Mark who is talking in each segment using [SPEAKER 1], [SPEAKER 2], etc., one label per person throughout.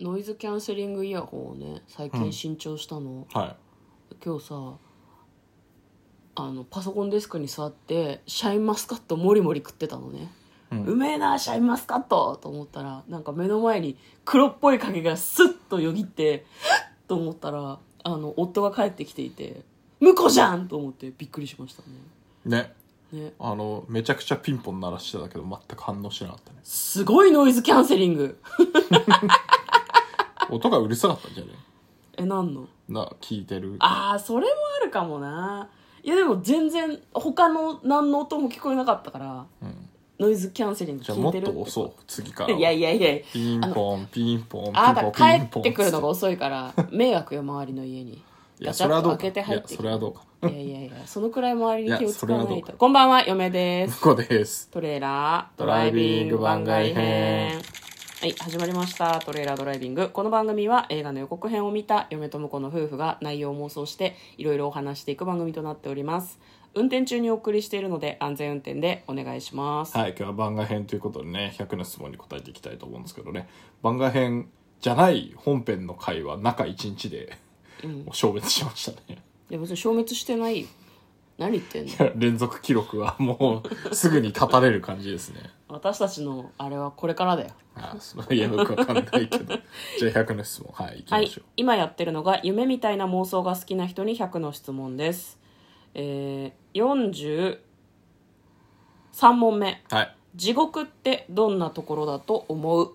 [SPEAKER 1] ノイズキャンセリングイヤホンをね最
[SPEAKER 2] う
[SPEAKER 1] 近
[SPEAKER 2] ん
[SPEAKER 1] 新調したの、
[SPEAKER 2] は
[SPEAKER 1] 今日さあのパソコンデスクに座ってシャインマスカットもりもり食ってたのね、
[SPEAKER 2] う
[SPEAKER 1] うんめえなシャインマスカットと思ったらなんか目の前に黒っぽい影がスッとよぎってと思ったらあの夫が帰ってきていて「婿じゃん!」と思ってびっくりしました
[SPEAKER 2] いね
[SPEAKER 1] ねね
[SPEAKER 2] あのめちゃくちゃピンポン鳴らしてたけど全く反応しなかったね
[SPEAKER 1] すごいノイズキャンセリング
[SPEAKER 2] 音がうるさかったんじゃね
[SPEAKER 1] えなんの
[SPEAKER 2] な聞いてる
[SPEAKER 1] ああそれもあるかもないやでも全然他の何の音も聞こえなかったから
[SPEAKER 2] うん、
[SPEAKER 1] ノイズキャンセリング
[SPEAKER 2] じゃあ
[SPEAKER 1] 聞
[SPEAKER 2] も
[SPEAKER 1] い
[SPEAKER 2] って
[SPEAKER 1] る
[SPEAKER 2] と
[SPEAKER 1] て
[SPEAKER 2] 遅う次からはい
[SPEAKER 1] やいやいや
[SPEAKER 2] ピンポンピンポンピンポン
[SPEAKER 1] あな
[SPEAKER 2] ピン
[SPEAKER 1] た帰
[SPEAKER 2] ポ
[SPEAKER 1] っ
[SPEAKER 2] ン
[SPEAKER 1] てくるのが
[SPEAKER 2] つっ
[SPEAKER 1] 遅い から迷惑よ周りの家に
[SPEAKER 2] ていや
[SPEAKER 1] ガチャ
[SPEAKER 2] それ
[SPEAKER 1] ッ
[SPEAKER 2] は
[SPEAKER 1] と
[SPEAKER 2] どう
[SPEAKER 1] 開け
[SPEAKER 2] か
[SPEAKER 1] て
[SPEAKER 2] い
[SPEAKER 1] 入っ
[SPEAKER 2] や
[SPEAKER 1] て
[SPEAKER 2] そ
[SPEAKER 1] く
[SPEAKER 2] れ
[SPEAKER 1] る
[SPEAKER 2] はどうか
[SPEAKER 1] いやいやいやそのくらい周り
[SPEAKER 2] い
[SPEAKER 1] に
[SPEAKER 2] や
[SPEAKER 1] 気をつか
[SPEAKER 2] それ
[SPEAKER 1] な
[SPEAKER 2] はどう
[SPEAKER 1] い
[SPEAKER 2] か
[SPEAKER 1] とこんばんは嫁です
[SPEAKER 2] 向こうです
[SPEAKER 1] トレーラード
[SPEAKER 2] ド
[SPEAKER 1] ラ
[SPEAKER 2] ラ
[SPEAKER 1] イ
[SPEAKER 2] イ
[SPEAKER 1] ビ
[SPEAKER 2] ビ
[SPEAKER 1] ン
[SPEAKER 2] ン
[SPEAKER 1] グ
[SPEAKER 2] グ
[SPEAKER 1] 番
[SPEAKER 2] 番
[SPEAKER 1] 外
[SPEAKER 2] 外
[SPEAKER 1] 編
[SPEAKER 2] 編
[SPEAKER 1] はい始まりました「トレーラードライビング」この番組は映画の予告編を見た嫁と婿の夫婦が内容を妄想していろいろお話していく番組となっております運転中にお送りしているので安全運転でお願いします、
[SPEAKER 2] はい今日は番外編ということでね100の質問に答えていきたいと思うんですけどね番外編じゃない本編の回は中1日でもう消滅しましたね
[SPEAKER 1] いや別に消滅してないよ何言ってんの
[SPEAKER 2] いや連続記録はもうすぐに立たれる感じですね
[SPEAKER 1] 私たちのあれはこれからだよ
[SPEAKER 2] あそのいやよくわかんないけ どじゃあ100の質問はい行き
[SPEAKER 1] は
[SPEAKER 2] ま
[SPEAKER 1] い
[SPEAKER 2] しょう、、
[SPEAKER 1] 今やってるのが夢みたいな妄想が好きな人に100の質問です、えー、43問目
[SPEAKER 2] はい
[SPEAKER 1] 地獄ってどんなところだと思う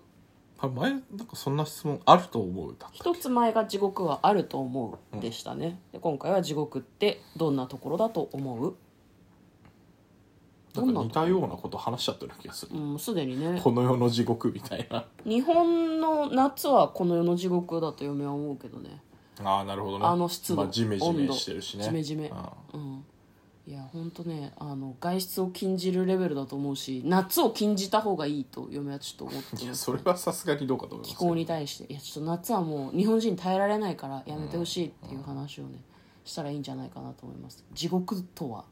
[SPEAKER 2] あ前なんかそんな質問あると思うだった
[SPEAKER 1] 一つ前が地獄はあると思うでしたね、で今回は地獄ってどんなところだと思うど
[SPEAKER 2] なん
[SPEAKER 1] ん
[SPEAKER 2] か
[SPEAKER 1] な
[SPEAKER 2] 似たようなこと話しちゃってる気がする、
[SPEAKER 1] うんすでにね
[SPEAKER 2] この世の地獄みたいな
[SPEAKER 1] 日本の夏はこの世の地獄だと嫁は思うけどね
[SPEAKER 2] ああなるほどね
[SPEAKER 1] あの湿度、
[SPEAKER 2] まあ、ジメジ
[SPEAKER 1] 温
[SPEAKER 2] メ
[SPEAKER 1] 度
[SPEAKER 2] してるしね
[SPEAKER 1] ジメジメ
[SPEAKER 2] うん
[SPEAKER 1] うんいや本当ねあの外出を禁じるレベルだと思うし夏を禁じた方がいいと嫁はちょっと思ってま
[SPEAKER 2] いや
[SPEAKER 1] す
[SPEAKER 2] それはさすがにどうかと思います
[SPEAKER 1] 気
[SPEAKER 2] けど
[SPEAKER 1] 候に対していやちょっと夏はもう日本人耐えられないからやめてほしいっていう話をね、したらいいんじゃないかなと思います地獄とは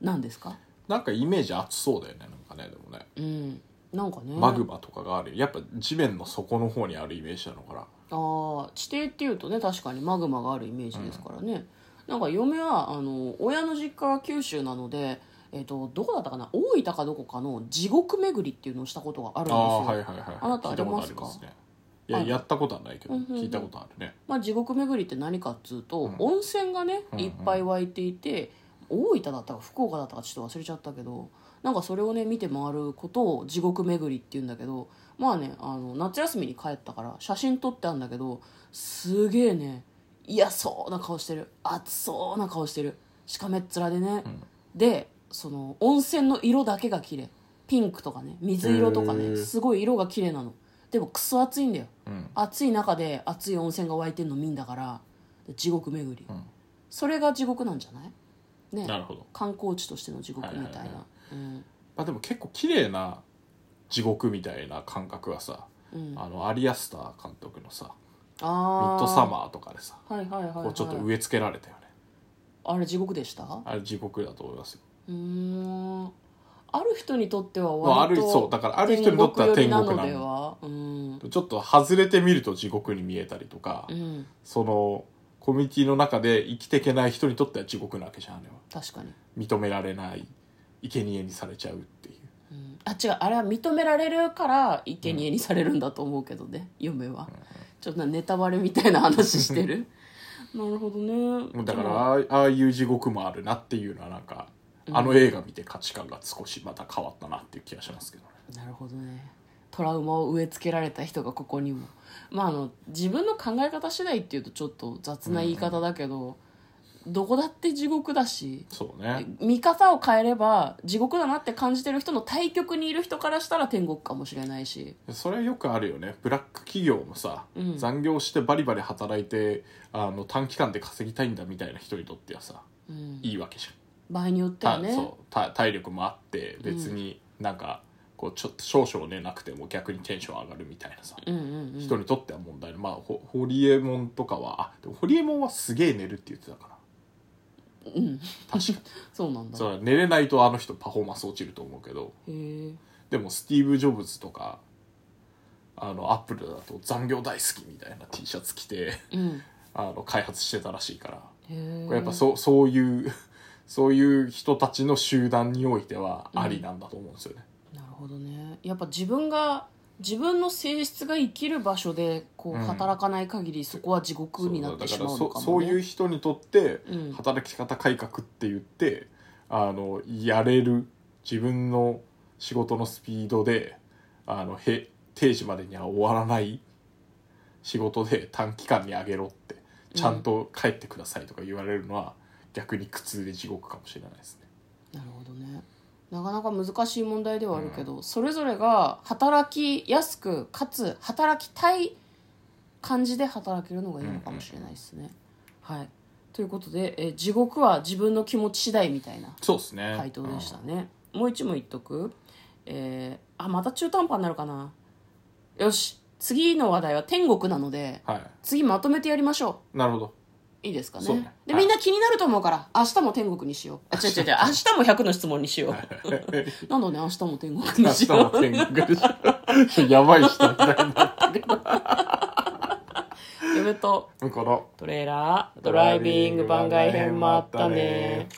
[SPEAKER 1] 何ですか
[SPEAKER 2] なんかイメージ熱そうだよねなんかねでもね
[SPEAKER 1] うんなんかね
[SPEAKER 2] マグマとかがあるやっぱ地面の底の方にあるイメージなのかな
[SPEAKER 1] ああ地底っていうとね確かにマグマがあるイメージですからね、なんか嫁はあの親の実家が九州なので、えっとどこだったかな大分かどこかの地獄巡りっていうのをしたことがあるんです
[SPEAKER 2] あ
[SPEAKER 1] よ
[SPEAKER 2] あはいはいはい
[SPEAKER 1] あなたありますか
[SPEAKER 2] 聞いたことありねいや
[SPEAKER 1] ある
[SPEAKER 2] やったことはないけど
[SPEAKER 1] うんうんうん
[SPEAKER 2] 聞いたことあるね
[SPEAKER 1] まあ、地獄巡りって何かっつうと、
[SPEAKER 2] ん
[SPEAKER 1] 温泉がね
[SPEAKER 2] うんうん
[SPEAKER 1] いっぱい湧いていて、大分だったか福岡だったかちょっと忘れちゃったけどなんかそれをね見て回ることを地獄巡りっていうんだけどまあねあの夏休みに帰ったから写真撮ってあるんだけどすげえね嫌そうな顔してる暑そうな顔してるしかめっ面でね、
[SPEAKER 2] ん
[SPEAKER 1] でその温泉の色だけが綺麗ピンクとかね水色とか
[SPEAKER 2] へ
[SPEAKER 1] ね
[SPEAKER 2] ー
[SPEAKER 1] すごい色が綺麗なのでもクソ暑いんだよ
[SPEAKER 2] うん
[SPEAKER 1] 暑い中で熱い温泉が湧いてんの見んだから地獄巡り、
[SPEAKER 2] ん
[SPEAKER 1] それが地獄なんじゃない
[SPEAKER 2] な
[SPEAKER 1] ね
[SPEAKER 2] るほど
[SPEAKER 1] 観光地としての地獄みたいな、
[SPEAKER 2] はいはいは
[SPEAKER 1] うん
[SPEAKER 2] まあでも結構綺麗な地獄みたいな感覚はさ
[SPEAKER 1] うん、
[SPEAKER 2] あのアリアスター監督のさ「ミ
[SPEAKER 1] あ
[SPEAKER 2] ッドサマー」とかでさ
[SPEAKER 1] ーはいはいはい、はい、
[SPEAKER 2] こうちょっと植え付けられたよね
[SPEAKER 1] あれ地獄でしたう
[SPEAKER 2] あれ地獄だと思いますよ
[SPEAKER 1] ーんある人にとっては
[SPEAKER 2] まああ
[SPEAKER 1] 割
[SPEAKER 2] る
[SPEAKER 1] と
[SPEAKER 2] そうだからある人にとっては天国
[SPEAKER 1] 寄り
[SPEAKER 2] な
[SPEAKER 1] ので
[SPEAKER 2] の
[SPEAKER 1] はうん、
[SPEAKER 2] ちょっと外れてみると地獄に見えたりとか
[SPEAKER 1] うん、
[SPEAKER 2] そのコミュニティの中で生きていけない人にとっては地獄なわけじゃんあれは
[SPEAKER 1] 確かに、
[SPEAKER 2] 認められない生贄にされちゃうっていう
[SPEAKER 1] うん、あ違うあれは認められるから生贄にされるんだと思うけどね、嫁は、ちょっとなネタバレみたいな話してる なるほどね
[SPEAKER 2] だか
[SPEAKER 1] で
[SPEAKER 2] ら
[SPEAKER 1] も
[SPEAKER 2] ああああいう地獄もあるなっていうのはなんか、あの映画見て価値観が少しまた変わったなっていう気がしますけどね
[SPEAKER 1] なるほどねトラウマを植え付けられた人がここにもまああの自分の考え方次第っていうとちょっと雑な言い方だけど、どこだって地獄だし
[SPEAKER 2] そうね
[SPEAKER 1] 見方を変えれば地獄だなって感じてる人の対極にいる人からしたら天国かもしれないし
[SPEAKER 2] それはよくあるよねブラック企業もさ、
[SPEAKER 1] うん
[SPEAKER 2] 残業してバリバリ働いてあの短期間で稼ぎたいんだみたいな人にとってはさ
[SPEAKER 1] うん
[SPEAKER 2] いいわけじゃん
[SPEAKER 1] 場合によっては
[SPEAKER 2] た
[SPEAKER 1] ね
[SPEAKER 2] そうた体力もあって別になんかこうちょっと少々ねなくても逆にテンション上がるみたいなさ、
[SPEAKER 1] うんうんうん
[SPEAKER 2] 人にとっては問題のまあホホリエモンとかはあでもホリエモンはすげえ寝るって言ってたから
[SPEAKER 1] うん
[SPEAKER 2] 確か
[SPEAKER 1] そうなんだ
[SPEAKER 2] それ寝れないとあの人パフォーマンス落ちると思うけど
[SPEAKER 1] へえ
[SPEAKER 2] でもスティーブ・ジョブズとかあのアップルだと残業大好きみたいな T シャツ着て
[SPEAKER 1] うん
[SPEAKER 2] あの開発してたらしいから
[SPEAKER 1] へー
[SPEAKER 2] これやっぱそうそういう そういう人たちの集団においてはありなんだと思うんですよね。
[SPEAKER 1] なるほどねやっぱ自分が自分の性質が生きる場所でこう
[SPEAKER 2] うん
[SPEAKER 1] 働かない限りそこは地獄にな
[SPEAKER 2] そう
[SPEAKER 1] っ
[SPEAKER 2] だ
[SPEAKER 1] て
[SPEAKER 2] か
[SPEAKER 1] し
[SPEAKER 2] ら
[SPEAKER 1] まうの
[SPEAKER 2] そ
[SPEAKER 1] か
[SPEAKER 2] そ
[SPEAKER 1] も
[SPEAKER 2] ういう
[SPEAKER 1] ね
[SPEAKER 2] 人にとって
[SPEAKER 1] うん
[SPEAKER 2] 働き方改革って言ってあのやれる自分の仕事のスピードであのへ定時までには終わらない仕事で短期間に上げろってちゃんと帰ってくださいとか言われるのは、逆に苦痛で地獄かもしれないですね。
[SPEAKER 1] なるほどねなかなか難しい問題ではあるけど、それぞれが働きやすくかつ働きたい感じで働けるのがいいのかもしれないですね、はいということで、えー地獄は自分の気持ち次第みたいな
[SPEAKER 2] そうですね
[SPEAKER 1] 回答でしたね、もう一問言っとくえーあまた中途半端になるかなよし次の話題は天国なので
[SPEAKER 2] うんはい
[SPEAKER 1] 次まとめてやりましょ
[SPEAKER 2] なるほど
[SPEAKER 1] ういいですかね
[SPEAKER 2] そうね
[SPEAKER 1] で、
[SPEAKER 2] はい
[SPEAKER 1] みんな気になると思うから明日も天国に しようあ違う違う違う 明日も100の質問にしようなんだね明日も天国
[SPEAKER 2] 明
[SPEAKER 1] にし
[SPEAKER 2] 日
[SPEAKER 1] よ
[SPEAKER 2] の
[SPEAKER 1] う
[SPEAKER 2] 天国でしょ やばい人みたいに なってる
[SPEAKER 1] 嫁と
[SPEAKER 2] だから
[SPEAKER 1] トレーラードライビング番外編もあったね